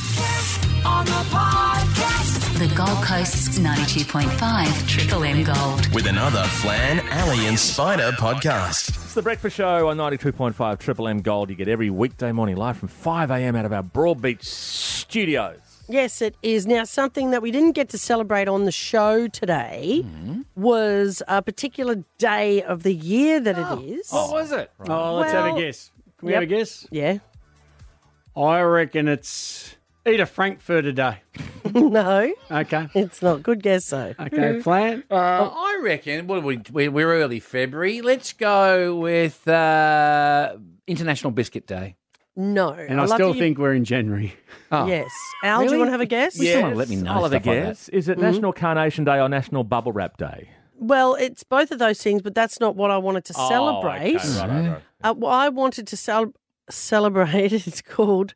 podcast, on the podcast. The Gold Coast's 92.5 Triple M Gold. with another Flan, Alley, and Spider podcast. It's the Breakfast Show on 92.5 Triple M Gold. You get every weekday morning live from 5am out of our Broadbeach studios. Yes, it is. Now, something that we didn't get to celebrate on the show today was a particular day of the year that it is. was it? Oh, let's have Well- a guess. Can we Yep. have a guess? Yeah. I reckon it's eat a frankfurter day. no, Okay. it's not. Good guess, though. Okay, plan. Uh, I reckon. What are we, we? We're early February. Let's go with uh, International Biscuit Day. No. And I, love still that you- think we're in January. Oh. Yes. Al, do Really? you want to have a guess? Well, someone let me know I'll have a stuff like guess. Is it Mm-hmm. National Carnation Day or National Bubble Wrap Day? Well, it's both of those things, but that's not what I wanted to celebrate. Oh, okay, right, right, right. Uh, well, I wanted to cel- celebrate, it's called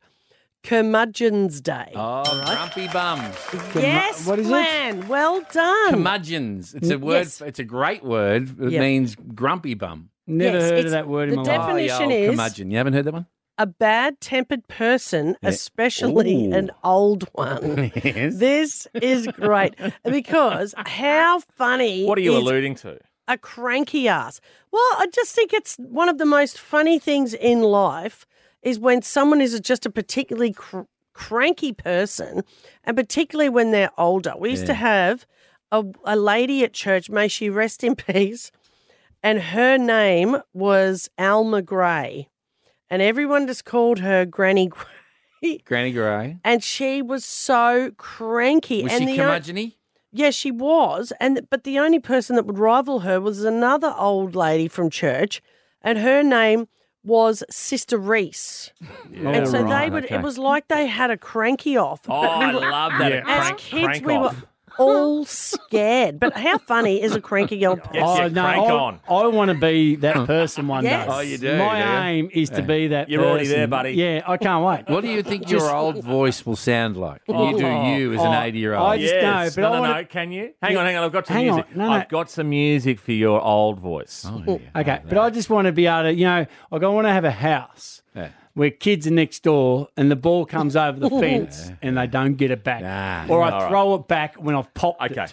Curmudgeon's Day. Oh, Grumpy bums, yes, what is it? Flan. Well done. curmudgeons. It's a word. Yes. It's a great word. It Yep. means grumpy bum. Never Yes, heard it's- of that word the in my defi- life. Oh, yeah, Definition old is- curmudgeon. You haven't heard that one? a bad tempered person, Eh, especially Ooh. an old one. Yes. This is great because how funny What are you is alluding to? a cranky ass? Well, I just think it's one of the most funny things in life is when someone is just a particularly cr- cranky person, and particularly when they're older. We used to have a, a lady at church, may she rest in peace, and her name was Alma Gray, and everyone just called her Granny Gray. Granny Gray. And she was so cranky. Was and she the o- curmudgeon yeah, she was. And but the only person that would rival her was another old lady from church, and her name was Sister Reese. and so right, they would. okay. It was like they had a cranky off. Oh, but we I were- love that. Yeah. A as crank, kids, crank we off. were all scared. But how funny is a cranky old person? Yes, Oh, you no, crank I, on. I want to be that person one Yes. day. Oh, you do, My do you? aim is to be that You're already person. there, buddy. Yeah, I can't wait. What do you think your old voice will sound like? Can you do you as an Oh, 80 year old? I just- Yes. No, but no, no, I wanna- no. Can you? Hang on, hang on. I've got some Hang on. music. No, Oh. no. I've got some music for your old voice. Oh, Okay, but I just want to be able to, you know, like I want to have a house Yeah. where kids are next door and the ball comes over the fence and they don't get it back, Nah. or I throw it back when I've popped it. Okay.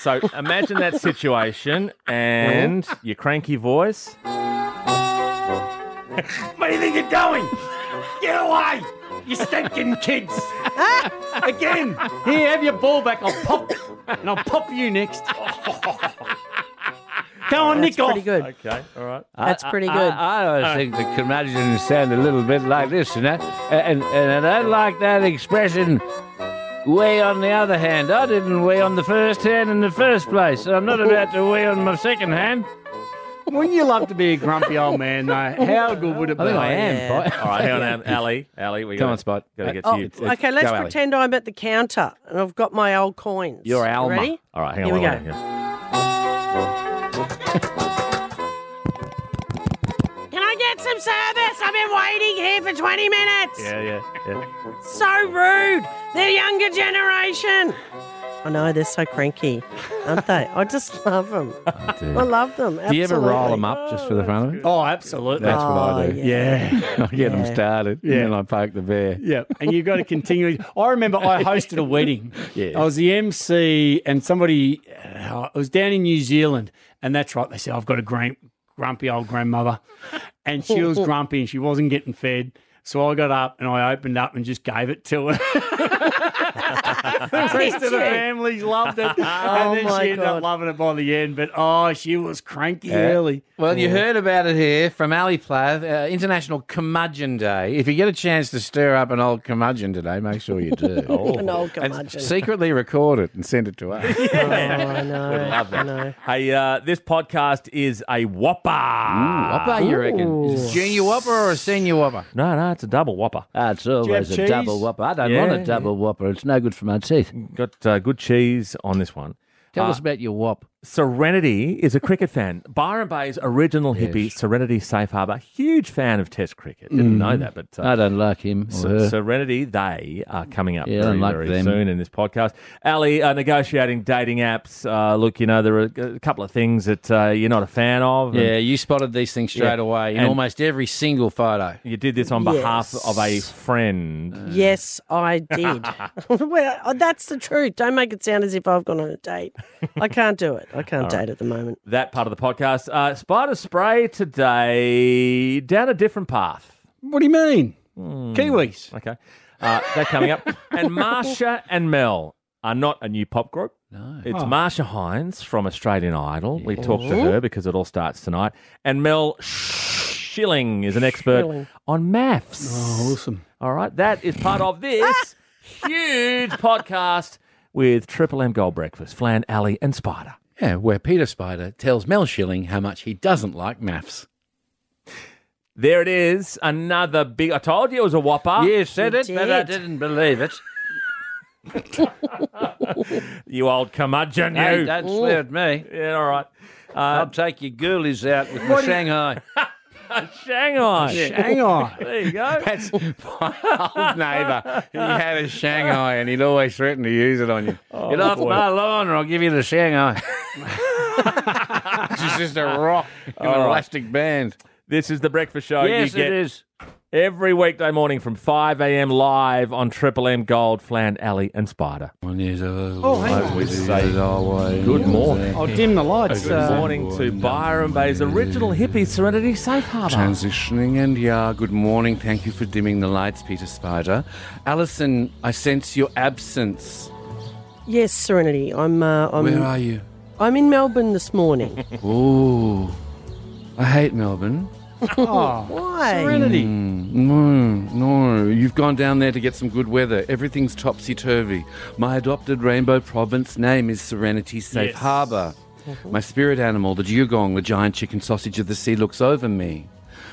so imagine that situation and your cranky voice. Where do you think you're going? Get away! You stinking kids! Again! Here, have your ball back. I'll pop and I'll pop you next. Go on, Nick off. Pretty good. Okay, all right. That's pretty Uh, good. I, I always think the curmudgeons sound a little bit like this, and that, and, and I don't like that expression. Way on the other hand, I didn't weigh on the first hand in the first place, and I'm not about to weigh on my second hand. Wouldn't you love to be a grumpy old man, though? How good would it be? I think I am, am. Oh, All right, hang on, Ali. Ali, we Come gotta- on, Spot. Gotta get to Oh, you. uh, okay, let's go, Ali. pretend I'm at the counter and I've got my old coins. You're You Alma. Ready? All right, hang Here on. we one go. minute. Can I get some service? I've been waiting here for 20 minutes. Yeah, yeah, yeah. So rude. They're younger generation. I know, they're so cranky, aren't they? I just love them. I love them. Absolutely. Do you ever roll them up just for the fun of it? Oh, absolutely. That's what Oh, I do. yeah. I Uh, get uh, them started, Yeah. and then I poke the bear. Yeah, and you've got to continue. I remember I hosted a wedding. Yeah. I was the MC, and somebody, uh, I was down in New Zealand, and that's right. They said, I've got a gran- grumpy old grandmother, and she was grumpy and she wasn't getting fed. So I got up and I opened up and just gave it to her. the rest of the families loved it. Oh and then my she ended God. up loving it by the end. But oh, she was cranky early. Well, you heard about it here from Ali Plath, uh, International Curmudgeon Day. If you get a chance to stir up an old curmudgeon today, make sure you do. Oh. An old And curmudgeon. secretly record it and send it to us. Oh, I know. Love I that. know. Hey, uh, this podcast is a whopper. Whopper, you reckon? Is it junior whopper or a senior whopper? No, no, it's a double whopper. That's always a double cheese? whopper. I don't Yeah, want a double whopper. It's no good for my teeth. Got uh, good cheese on this one. Tell us about your whop. Serenity is a cricket fan. Byron Bay's original hippie, Serenity Safe Harbour, huge fan of Test cricket. Didn't know that, but uh, Mm. I don't like him. Or S- her. Serenity, they are coming up Yeah, I very, like very them. soon in this podcast. Ali, uh, negotiating dating apps. Uh, look, you know, there are a couple of things that uh, you're not a fan of. and yeah, you spotted these things straight Yeah. away in And- almost every single photo. You did this on behalf Yes. of a friend. Yes, I did. well, uh, that's the truth. Don't make it sound as if I've gone on a date. I can't do it. I can't date at the moment. That part of the podcast. Uh, spider spray today down a different path. What do you mean? Mm. Kiwis. Okay. Uh, that coming up. And Marsha and Mel are not a new pop group. No. It's Marsha Hines from Australian Idol. We talked to her because it all starts tonight. And Mel Schilling is an expert Schilling. on maths. Awesome. All right. That is part of this huge podcast with Triple M Gold Breakfast, Flan, Alley, and Spider. Yeah, where Peter Spider tells Mel Schilling how much he doesn't like maths. There it is. Another big. I told you it was a whopper. Oh, you said You it, but I did. didn't believe it. You old curmudgeon. You. Hey, don't swear at me. yeah, all right. I'll take your ghoulies out with my Shanghai. Shanghai. Shanghai. There you go. That's my old neighbour. He had a Shanghai and he'd always threaten to use it on you. Get off boy. my lawn or I'll give you the Shanghai. She's just a rock in an elastic band. This is the breakfast show. yes, you get it is. every weekday morning from 5 a.m. live on Triple M Gold, Flan Alley, and Spider. Oh, hang on. Good morning. I'll Oh, dim the lights. Oh, Good Uh, morning to Byron Bay's original hippie, Serenity Safe Harbour. Transitioning and yeah, good morning. Thank you for dimming the lights, Peter Spider. Alison, I sense your absence. Yes, Serenity. I'm. Uh, I'm. Where are you? I'm in Melbourne this morning. Ooh, I hate Melbourne. Why? Serenity. Mm. No, no. You've gone down there to get some good weather. Everything's topsy turvy. My adopted Rainbow Province name is Serenity Safe Yes. Harbour. My spirit animal, the dugong, the giant chicken sausage of the sea, looks over me.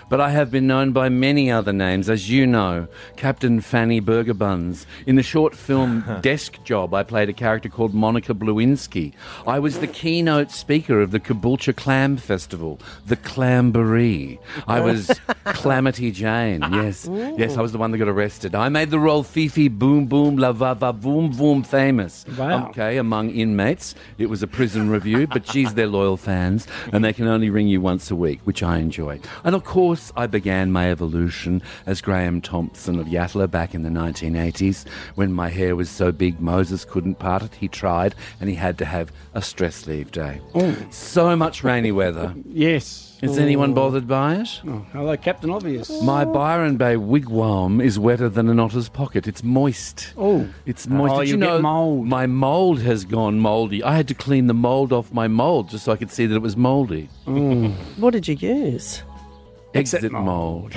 But I have been known by many other names, as you know Captain Fanny Burger Buns. In the short film Desk Job, I played a character called Monica Blewinski. I was the keynote speaker of the Caboolture Clam Festival, the Clamboree. I was Calamity Jane, yes. Yes, I was the one that got arrested. I made the role Fifi Boom Boom La Va Va Boom Boom famous. Um, Wow. Okay, among inmates. It was a prison review, but geez, they're loyal fans, and they can only ring you once a week, which I enjoy. And of course, I began my evolution as Graham Thompson of Yatala back in the 1980s. When my hair was so big Moses couldn't part it, he tried, and he had to have a stress leave day. So much rainy weather. Yes. Is anyone bothered by it? Oh, hello, Captain Obvious. My Byron Bay wigwam is wetter than an otter's pocket. It's moist. Oh. it's moist. Oh, Did you'll get know mould. My mold has gone moldy. I had to clean the mold off my mold just so I could see that it was moldy. What did you use? Exit mold.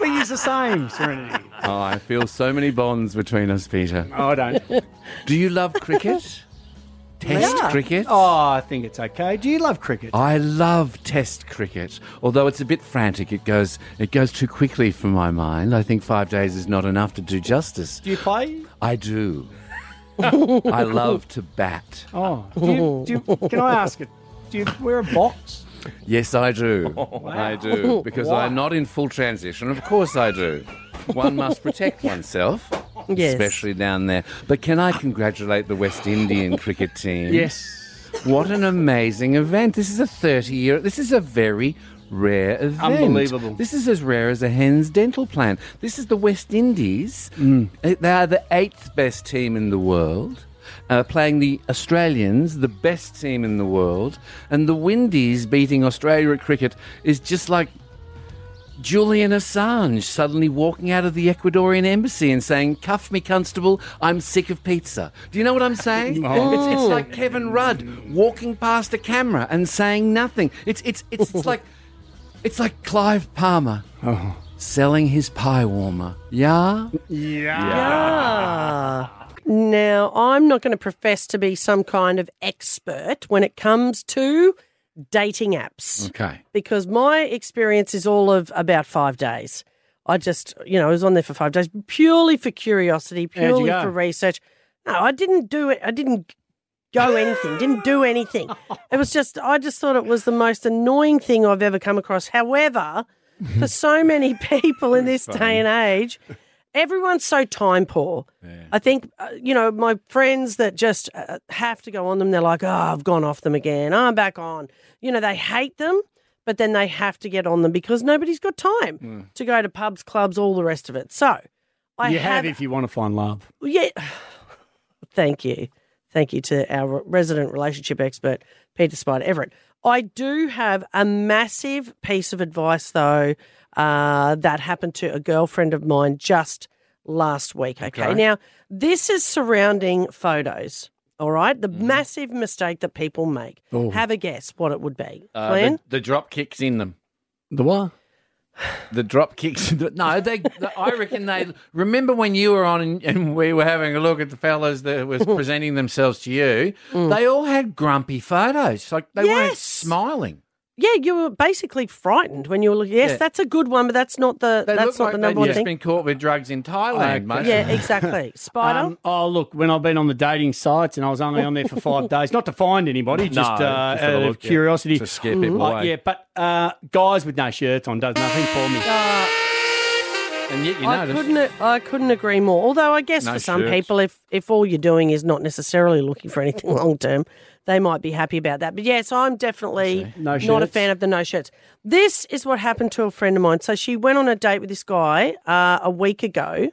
We use the same, Serenity. oh, I feel so many bonds between us, Peter. Oh, I don't. Do you love cricket? Test Yeah. cricket? Oh, I think it's okay. Do you love cricket? I love Test cricket, although it's a bit frantic. It goes, it goes too quickly for my mind. I think five days is not enough to do justice. Do you play? I do. I love to bat. Oh, do you, do you, can I ask it? Do you wear a box? Yes, I do. I do. Because Why? I'm not in full transition. Of course I do. One must protect oneself, Yes. especially down there. But can I congratulate the West Indian cricket team? Yes. What an amazing event. This is a 30 year, this is a very rare event. Unbelievable. This is as rare as a hen's dental plan. This is the West Indies. Uh, They are the eighth best team in the world. Uh, playing the Australians, the best team in the world, and the Windies beating Australia at cricket is just like Julian Assange suddenly walking out of the Ecuadorian embassy and saying, Cuff me, constable, I'm sick of pizza. Do you know what I'm saying? It's, it's like Kevin Rudd walking past a camera and saying nothing. It's, it's, it's, it's like. It's like Clive Palmer selling his pie warmer. Yeah? Now, I'm not going to profess to be some kind of expert when it comes to dating apps Mm. Okay. because my experience is all of about five days. I just, you know, I was on there for five days purely for curiosity, How'd you purely go? for research. No, I didn't do it. I didn't go anything, didn't do anything. It was just, I just thought it was the most annoying thing I've ever come across. However, for so many people in this day and age, everyone's so time poor. I think, uh, you know, my friends that just uh, have to go on them, they're like, oh, I've gone off them again. I'm back on. You know, they hate them, but then they have to get on them because nobody's got time to go to pubs, clubs, all the rest of it. So I you have if you want to find love. yeah. Thank you. Thank you to our resident relationship expert, Peter Spider Everett. I do have a massive piece of advice, though, uh, that happened to a girlfriend of mine just last week. Okay. Now, this is surrounding photos. All right. The Mm-hmm. massive mistake that people make. Have a guess what it would be. Oh. Uh, Glenn? the, the drop kicks in them. The what? The drop kicks. in the- No, they. I reckon they. Remember when you were on and, and we were having a look at the fellas that was presenting themselves to you? They all had grumpy photos. Like they weren't Mm. Yes. smiling. yeah, you were basically frightened when you were looking. Yes, Yeah. that's a good one, but that's not the They that's look not like the number one they'd just thing. been caught with drugs in Thailand, mate. Yeah, exactly. Spider. Um, oh, look, when I've been on the dating sites and I was only on there for five days, not to find anybody, just, uh, just have a out look, of yeah. curiosity. To scare people Uh, away. yeah, but uh, guys with no shirts on does nothing for me. And yet you I notice. couldn't. I couldn't agree more. Although I guess No for some shirts. people, if if all you're doing is not necessarily looking for anything long term, they might be happy about that. But yes, I'm definitely No not a shirts. fan of the no shirts. This is what happened to a friend of mine. So she went on a date with this guy uh, a week ago.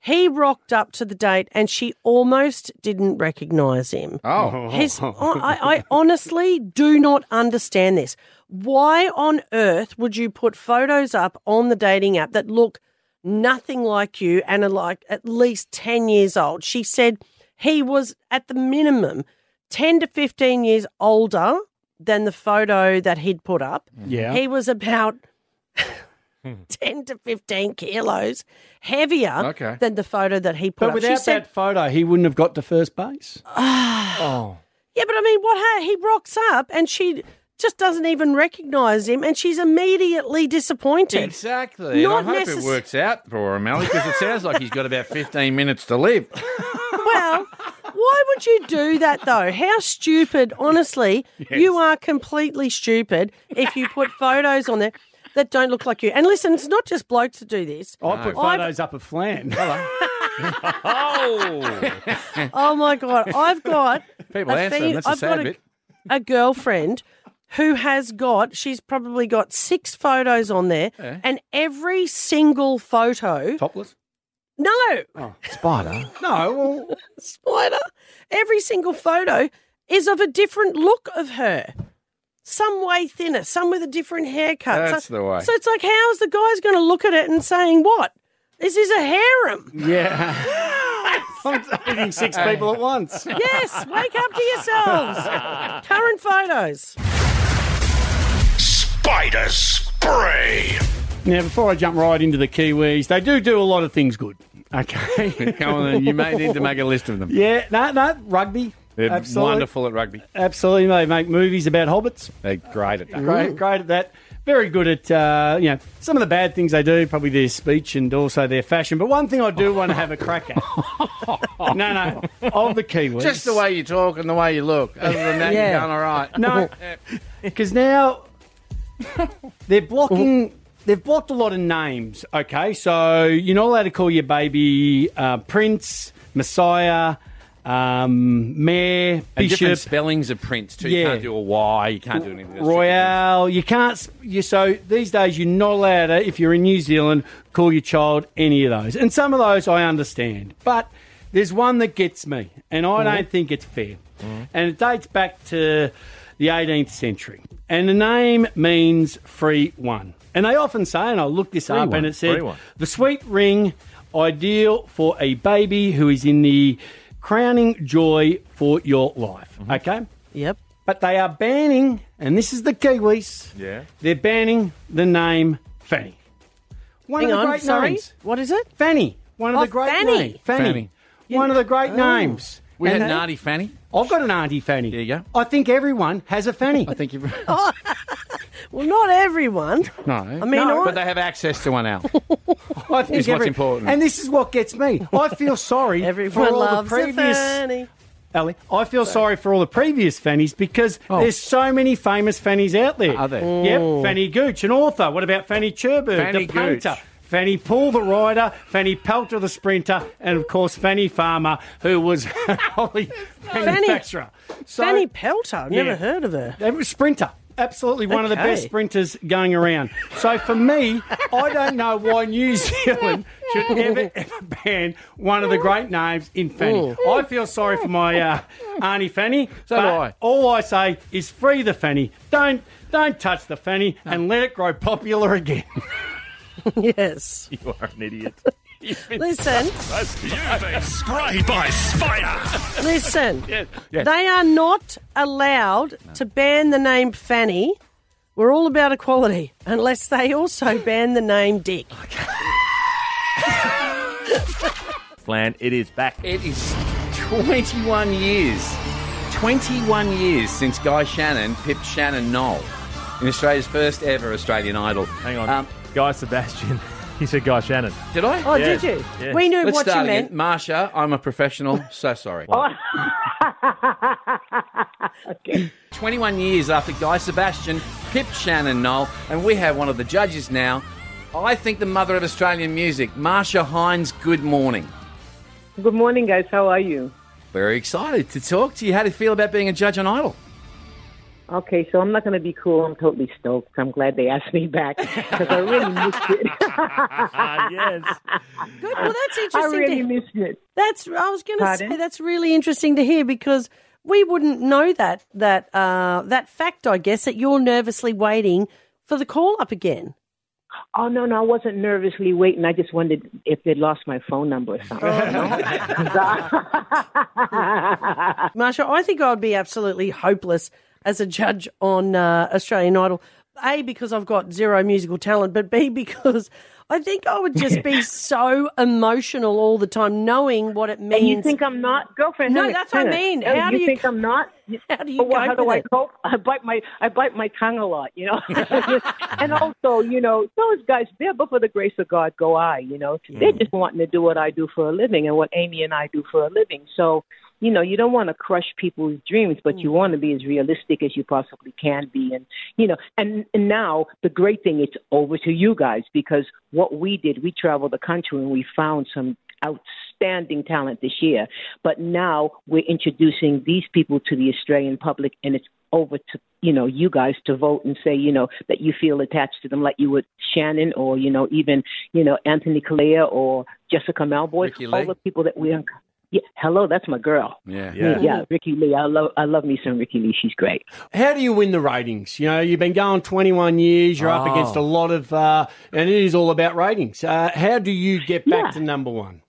He rocked up to the date, and she almost didn't recognise him. Oh, His, I, I I honestly do not understand this. Why on earth would you put photos up on the dating app that look nothing like you and are like at least 10 years old? She said he was at the minimum 10 to 15 years older than the photo that he'd put up. Yeah. He was about 10 to 15 kilos heavier Okay. than the photo that he put but up. without she that said, photo, he wouldn't have got to first base. Yeah, but I mean, what? ha- He rocks up and she just doesn't even recognize him and she's immediately disappointed. exactly. Not and I hope necess- it works out for him, Ellie, because it sounds like he's got about 15 minutes to live. well, why would you do that though? How stupid, honestly, you are completely stupid if you put photos on there that don't look like you. And listen, it's not just blokes that do this. I put I've- photos up of Flan. Oh my God, I've got. People a answer thing- him. That's the I've got sad a- bit. a girlfriend who has got she's probably got six photos on there and every single photo Topless? no Oh. no, well, spider every single photo is of a different look of her some way thinner some with a different haircut That's so, the way. so it's like how's the guy's going to look at it and saying what this is a harem yeah. I'm dating six people at once. yes wake up to yourselves current photos Spider spray. Now, before I jump right into the Kiwis, they do do a lot of things good. Okay. Come on, then. you may need to make a list of them. yeah, no, no, rugby. They're absolutely. wonderful at rugby. Absolutely. They make movies about hobbits. They're great at that. Great, great at that. Very good at, uh, you know, some of the bad things they do, probably their speech and also their fashion. But one thing I do want to have a crack at. no, no, of the Kiwis. Just the way you talk and the way you look. Other than that, Yeah. you're done all right. No, because now they're blocking. They've blocked a lot of names. Okay, so you're not allowed to call your baby uh, Prince, Messiah, um, Mayor, And different Bishop, spellings of Prince, too. You Yeah. can't do a Y. You can't do anything. That's different. Royale. You can't. s- You so these days you're not allowed to, if you're in New Zealand, call your child any of those. And some of those I understand, but there's one that gets me, and I Mm-hmm. don't think it's fair. And it dates back to the 18th century, and the name means free one. And they often say, and I looked this up, one, and it said free one. the sweet ring, ideal for a baby who is in the crowning joy for your life. Mm-hmm. Okay. yep But they are banning, and this is the Kiwis. Yeah. They're banning the name Fanny. One hang of the on great sorry names. what is it Fanny. One Oh, of the great Fanny. names. Fanny. Fanny. One of the great names. We had And an they- Auntie Fanny. I've got an auntie Fanny. There you go. I think everyone has a Fanny. I think you've. well not everyone No. Oh, I mean, I- but they have access to one now. I think Is what's important. And this is what gets me. I feel sorry Everyone for all loves the a previous fanny. Ali, I feel sorry for all the previous fannies because there's so many famous fannies out there. Oh. Are there? Yep. Fanny Gooch, an author. What about Fanny Cherbourg, Fanny the painter? Gooch. Fanny Paul, the rider, Fanny Pelter, the sprinter, and of course Fanny Farmer, who was an Ollie manufacturer. So, Fanny Pelter. I've Yeah. never heard of her. that was sprinter. Absolutely one of the Okay. best sprinters going around. So for me, I don't know why New Zealand should ever, ever ban one of the great names in Fanny. I feel sorry for my uh, Auntie Fanny. So but do I. All I say is free the Fanny. Don't, don't touch the Fanny and let it grow popular again. Yes. You are an idiot. Listen, You've been sprayed by spider. listen. They are not allowed to ban the name Fanny. We're all about equality, unless they also ban the name Dick. Flan, it is back. It is 21 years, 21 years since Guy Shannon pipped Shannon Knoll in Australia's first ever Australian Idol. Hang on. Um, Guy Sebastian. He said Guy Shannon. did I? Oh, Yeah, did you? yeah. We knew Let's what you start meant. again. Marsha, I'm a professional, so sorry. 21 years after Guy Sebastian pipped Shannon Knoll, and we have one of the judges now. I think the mother of Australian music, Marsha Hines, good morning. Good morning, guys. How are you? Very excited to talk to you. How do you feel about being a judge on Idol? Okay, so I'm not going to be cool. I'm totally stoked. I'm glad they asked me back because I really missed it. Ah, yes. Good. Well, that's I interesting. really to, missed it. that's. I was going to say Pardon? that's really interesting to hear because we wouldn't know that that uh, that fact. I guess that you're nervously waiting for the call up again. Oh no, no, I wasn't nervously waiting. I just wondered if they lost my phone number or something. Marsha, I think I'd be absolutely hopeless as a judge on uh, Australian Idol. A, because I've got zero musical talent, but B, because I think I would just be so emotional all the time, knowing what it means. And you think I'm not girlfriend? No, honey, that's what I honey, mean. honey, How you do you think co- I'm not? how do you Oh, well, how cope do with I it? cope? I bite my I bite my tongue a lot, you know. and also, you know, those guys there, but for the grace of God, go I. You know, Mm-hmm. they're just wanting to do what I do for a living and what Amy and I do for a living. So, you know, you don't want to crush people's dreams, but Mm-hmm. you want to be as realistic as you possibly can be. And you know, and, and now the great thing it's over to you guys because what we did, we traveled the country and we found some outstanding talent this year. But now we're introducing these people to the Australian public, and it's over to you know you guys to vote and say you know that you feel attached to them, like you would Shannon or you know even you know Anthony Kalea or Jessica Malboy, Ricky Lee. all the people that we. Yeah, hello, that's my girl. Yeah. Yeah. Yeah, Ricky Lee. I love I love me some Ricky Lee. She's great. How do you win the ratings? You know, you've been going 21 years, you're up against a lot of, uh, and it is all about ratings. Uh, how do you get back Yeah. to number one?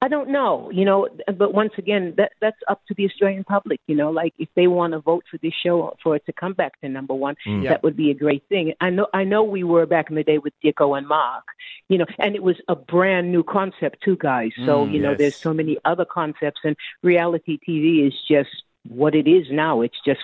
I don't know, you know, but once again, that that's up to the Australian public, you know, like if they want to vote for this show for it to come back to number one, that would be a great thing. I know, I know, we were back in the day with Dicko and Mark, you know, and it was a brand new concept too, guys. So you know, there's so many other concepts, and reality TV is just what it is now. It's just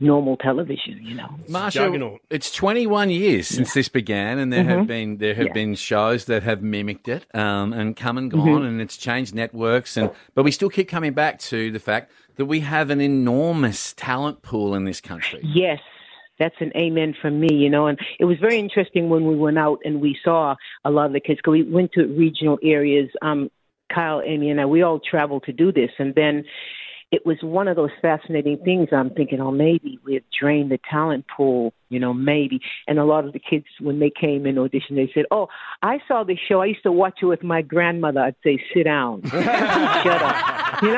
normal television, you know. Juggernaut. Marsha, it's 21 years since this began, and there Mm-hmm. have been there have been shows that have mimicked it um, and come and gone, Mm-hmm. and it's changed networks, and but we still keep coming back to the fact that we have an enormous talent pool in this country. Yes, that's an amen from me, you know. And it was very interesting when we went out and we saw a lot of the kids. 'cause we went to regional areas. Um, Kyle, Amy, and I, we all traveled to do this. And then it was one of those fascinating things. I'm thinking, oh, maybe we've drained the talent pool, you know, maybe. And a lot of the kids, when they came in audition, they said, oh, I saw this show. I used to watch it with my grandmother. I'd say, sit down, shut up, you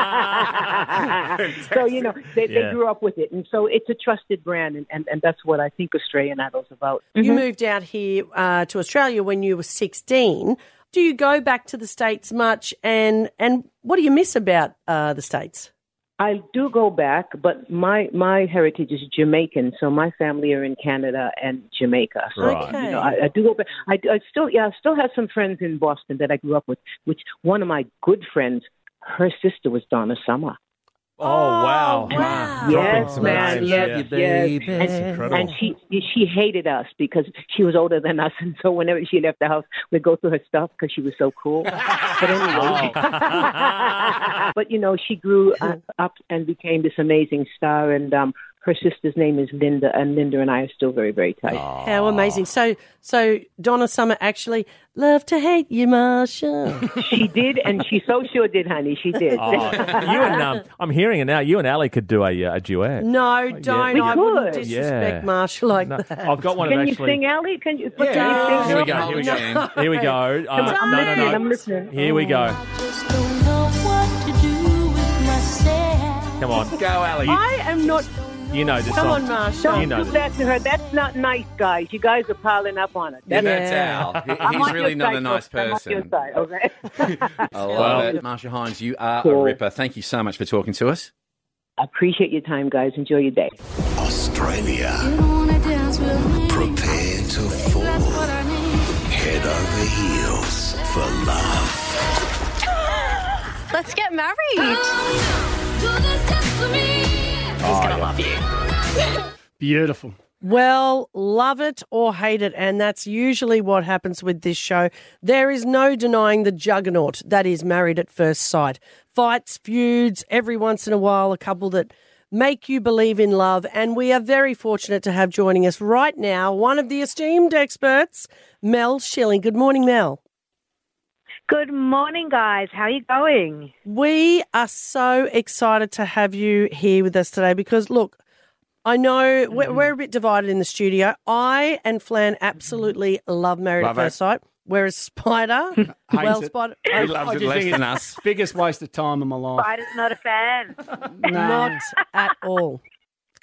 know. so, you know, they, Yeah. they grew up with it. And so it's a trusted brand. And, and, and that's what I think Australian Idol's about. You moved out here uh, to Australia when you were 16. Do you go back to the States much? And, and what do you miss about uh, the States? I do go back, but my my heritage is Jamaican, so my family are in Canada and Jamaica. So Right. you know, I, I do go back. I, I still yeah, I still have some friends in Boston that I grew up with. Which one of my good friends, her sister was Donna Summer. Oh, wow. wow. Dropping Yes, some man. names, Yes, yeah. yes. That's And, incredible. and she she hated us because she was older than us, and so whenever she left the house, we'd go through her stuff because she was so cool. But anyway, but you know, she grew uh, up and became this amazing star, and um, her sister's name is Linda, and Linda and I are still very, very tight. How amazing. So, so Donna Summer actually love to hate you, Marsha. She did, and she so sure did, honey. She did. Oh, you and um, I'm hearing it now. You and Ali could do a, uh, a duet. No, don't. We I wouldn't could. disrespect Yeah. Marsha like No, that. I've got one Can of you actually. sing, Allie? Can you? But Can you Yeah. sing? Here we go, here we go. Here we go. Uh, I'm no, listening. no, I'm no. listening. Here we go. Just don't know what to do with myself. Come on. Go, Ali. I am not. You know this Come on, song. Marsha. You know Do this. that to her. That's not nice, guys. You guys are piling up on it. Yeah. That's Al. He- I'm He's on really your not side, a nice folks. I'm on your person. side, okay? I love Well- it. Marsha Hines, you are Cool. a ripper. Thank you so much for talking to us. I appreciate your time, guys. Enjoy your day. Australia, You don't wanna dance with me. prepare to That's fall what I need. head over heels for love. Let's get married. Oh, Do this just for me. Beautiful. Well, love it or hate it. And that's usually what happens with this show. There is no denying the juggernaut that is married at first sight. Fights, feuds, every once in a while, a couple that make you believe in love. And we are very fortunate to have joining us right now one of the esteemed experts, Mel Schilling. Good morning, Mel. Good morning, guys. How are you going? We are so excited to have you here with us today because, look, I know Mm. we're, we're a bit divided in the studio. I and Flan absolutely love Married Love at it. First Sight, whereas Spider, Hates well, it. Spider, He loves it just less think than it's- us. Biggest waste of time in my life. Biden's not a fan. not at all.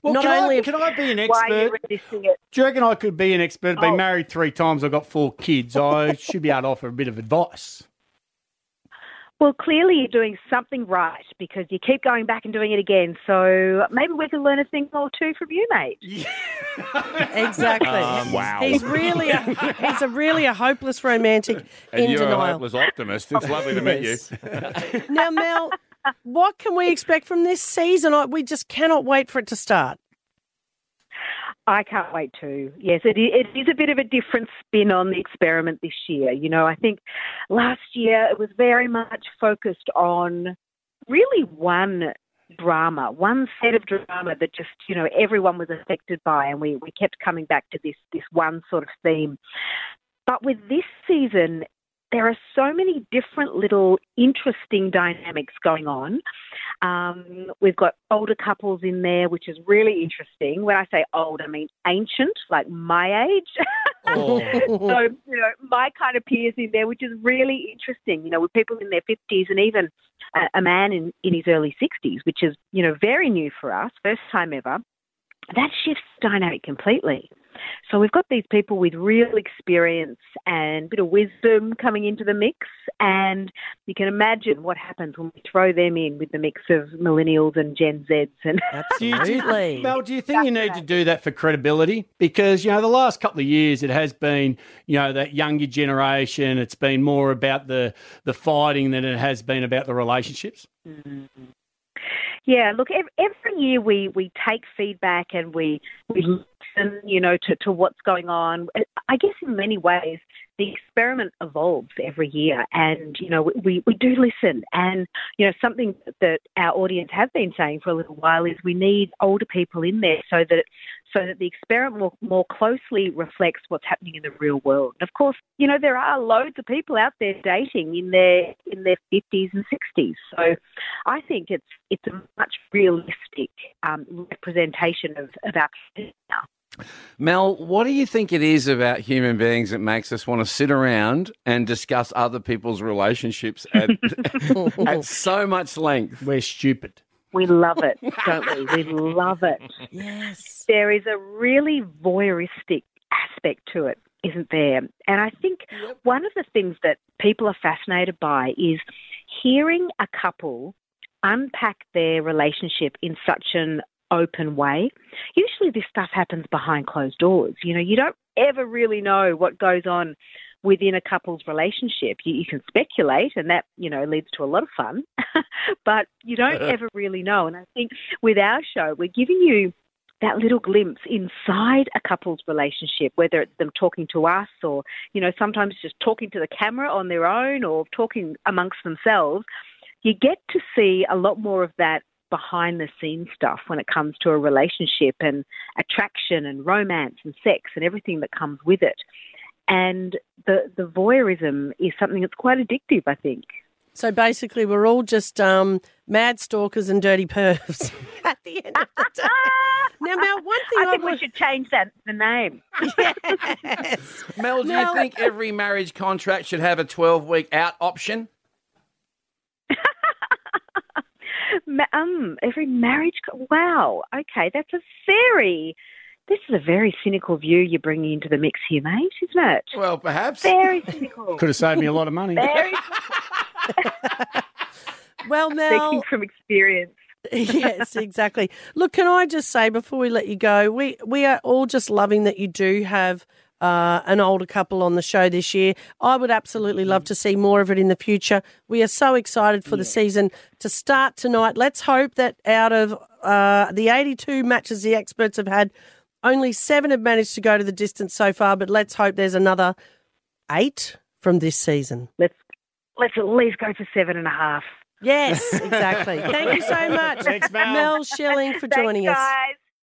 Well, Not can, only- I, can I be an Why are you expert? resisting it? Do you reckon I could be an expert? I've been Oh. married three times. I've got four kids. I should be able to offer a bit of advice. Well, clearly you're doing something right because you keep going back and doing it again. So maybe we can learn a thing or two from you, mate. Exactly. Um, wow. He's really a, he's a really a hopeless romantic in denial. optimist. It's lovely to meet you. Now, Mel, what can we expect from this season? I, we just cannot wait for it to start. I can't wait to. Yes, it is, it is a bit of a different spin on the experiment this year. You know, I think last year it was very much focused on really one drama, one set of drama that just, you know, everyone was affected by and we, we kept coming back to this this one sort of theme. But with this season, there are so many different little interesting dynamics going on. Um, we've got older couples in there, which is really interesting. When I say old, I mean ancient, like my age. so, you know, my kind of peers in there, which is really interesting. You know, with people in their 50s and even a, a man in, in his early 60s, which is, you know, very new for us, first time ever. That shifts dynamic completely. So we've got these people with real experience and a bit of wisdom coming into the mix, and you can imagine what happens when we throw them in with the mix of millennials and Gen Zs and Do you, do you- Absolutely. Mel, do you think you need to do that for credibility? Because, you know, the last couple of years it has been, you know, that younger generation. It's been more about the, the fighting than it has been about the relationships. Yeah, look, ev- every year we, we take feedback and we, we listen, you know, to, to what's going on. Uh, I guess in many ways, the experiment evolves every year and, you know, we, we do listen. And, you know, something that our audience have been saying for a little while is we need older people in there so that so that the experiment more, more closely reflects what's happening in the real world. And of course, you know, there are loads of people out there dating in their in their 50s and 60s. So I think it's it's a much realistic um, representation of, of our community now. Mel, what do you think it is about human beings that makes us want to sit around and discuss other people's relationships at, at so much length? We're stupid. We love it, don't we? We love it. Yes. There is a really voyeuristic aspect to it, isn't there? And I think one of the things that people are fascinated by is hearing a couple unpack their relationship in such an open way. Usually, this stuff happens behind closed doors. You know, you don't ever really know what goes on within a couple's relationship. You, you can speculate, and that you know leads to a lot of fun, but you don't ever really know. And I think with our show, we're giving you that little glimpse inside a couple's relationship, whether it's them talking to us or, you know, sometimes just talking to the camera on their own or talking amongst themselves, you get to see a lot more of that behind the scenes stuff when it comes to a relationship and attraction and romance and sex and everything that comes with it. And the, the voyeurism is something that's quite addictive, I think. So basically, we're all just um, mad stalkers and dirty pervs. At the end of the day. now, Mel, one thing I think we should change that the name. Mel, do No. you think every marriage contract should have a 12 week out option? Ma- um, every marriage. co- Wow. Okay, that's a very. This is a very cynical view you're bringing into the mix here, mate, isn't it? Well, perhaps. Very cynical. Could have saved me a lot of money. Very well, Mel. Speaking from experience. yes, exactly. Look, can I just say before we let you go, we we are all just loving that you do have uh, an older couple on the show this year. I would absolutely love to see more of it in the future. We are so excited for the season to start tonight. Let's hope that out of uh, the 82 matches the experts have had, only seven have managed to go to the distance so far. But let's hope there's another eight from this season. Let's let's at least go for seven and a half. Yes, exactly. Thank you so much, Thanks, Mel. Mel Schilling, for Thanks, joining us. guys.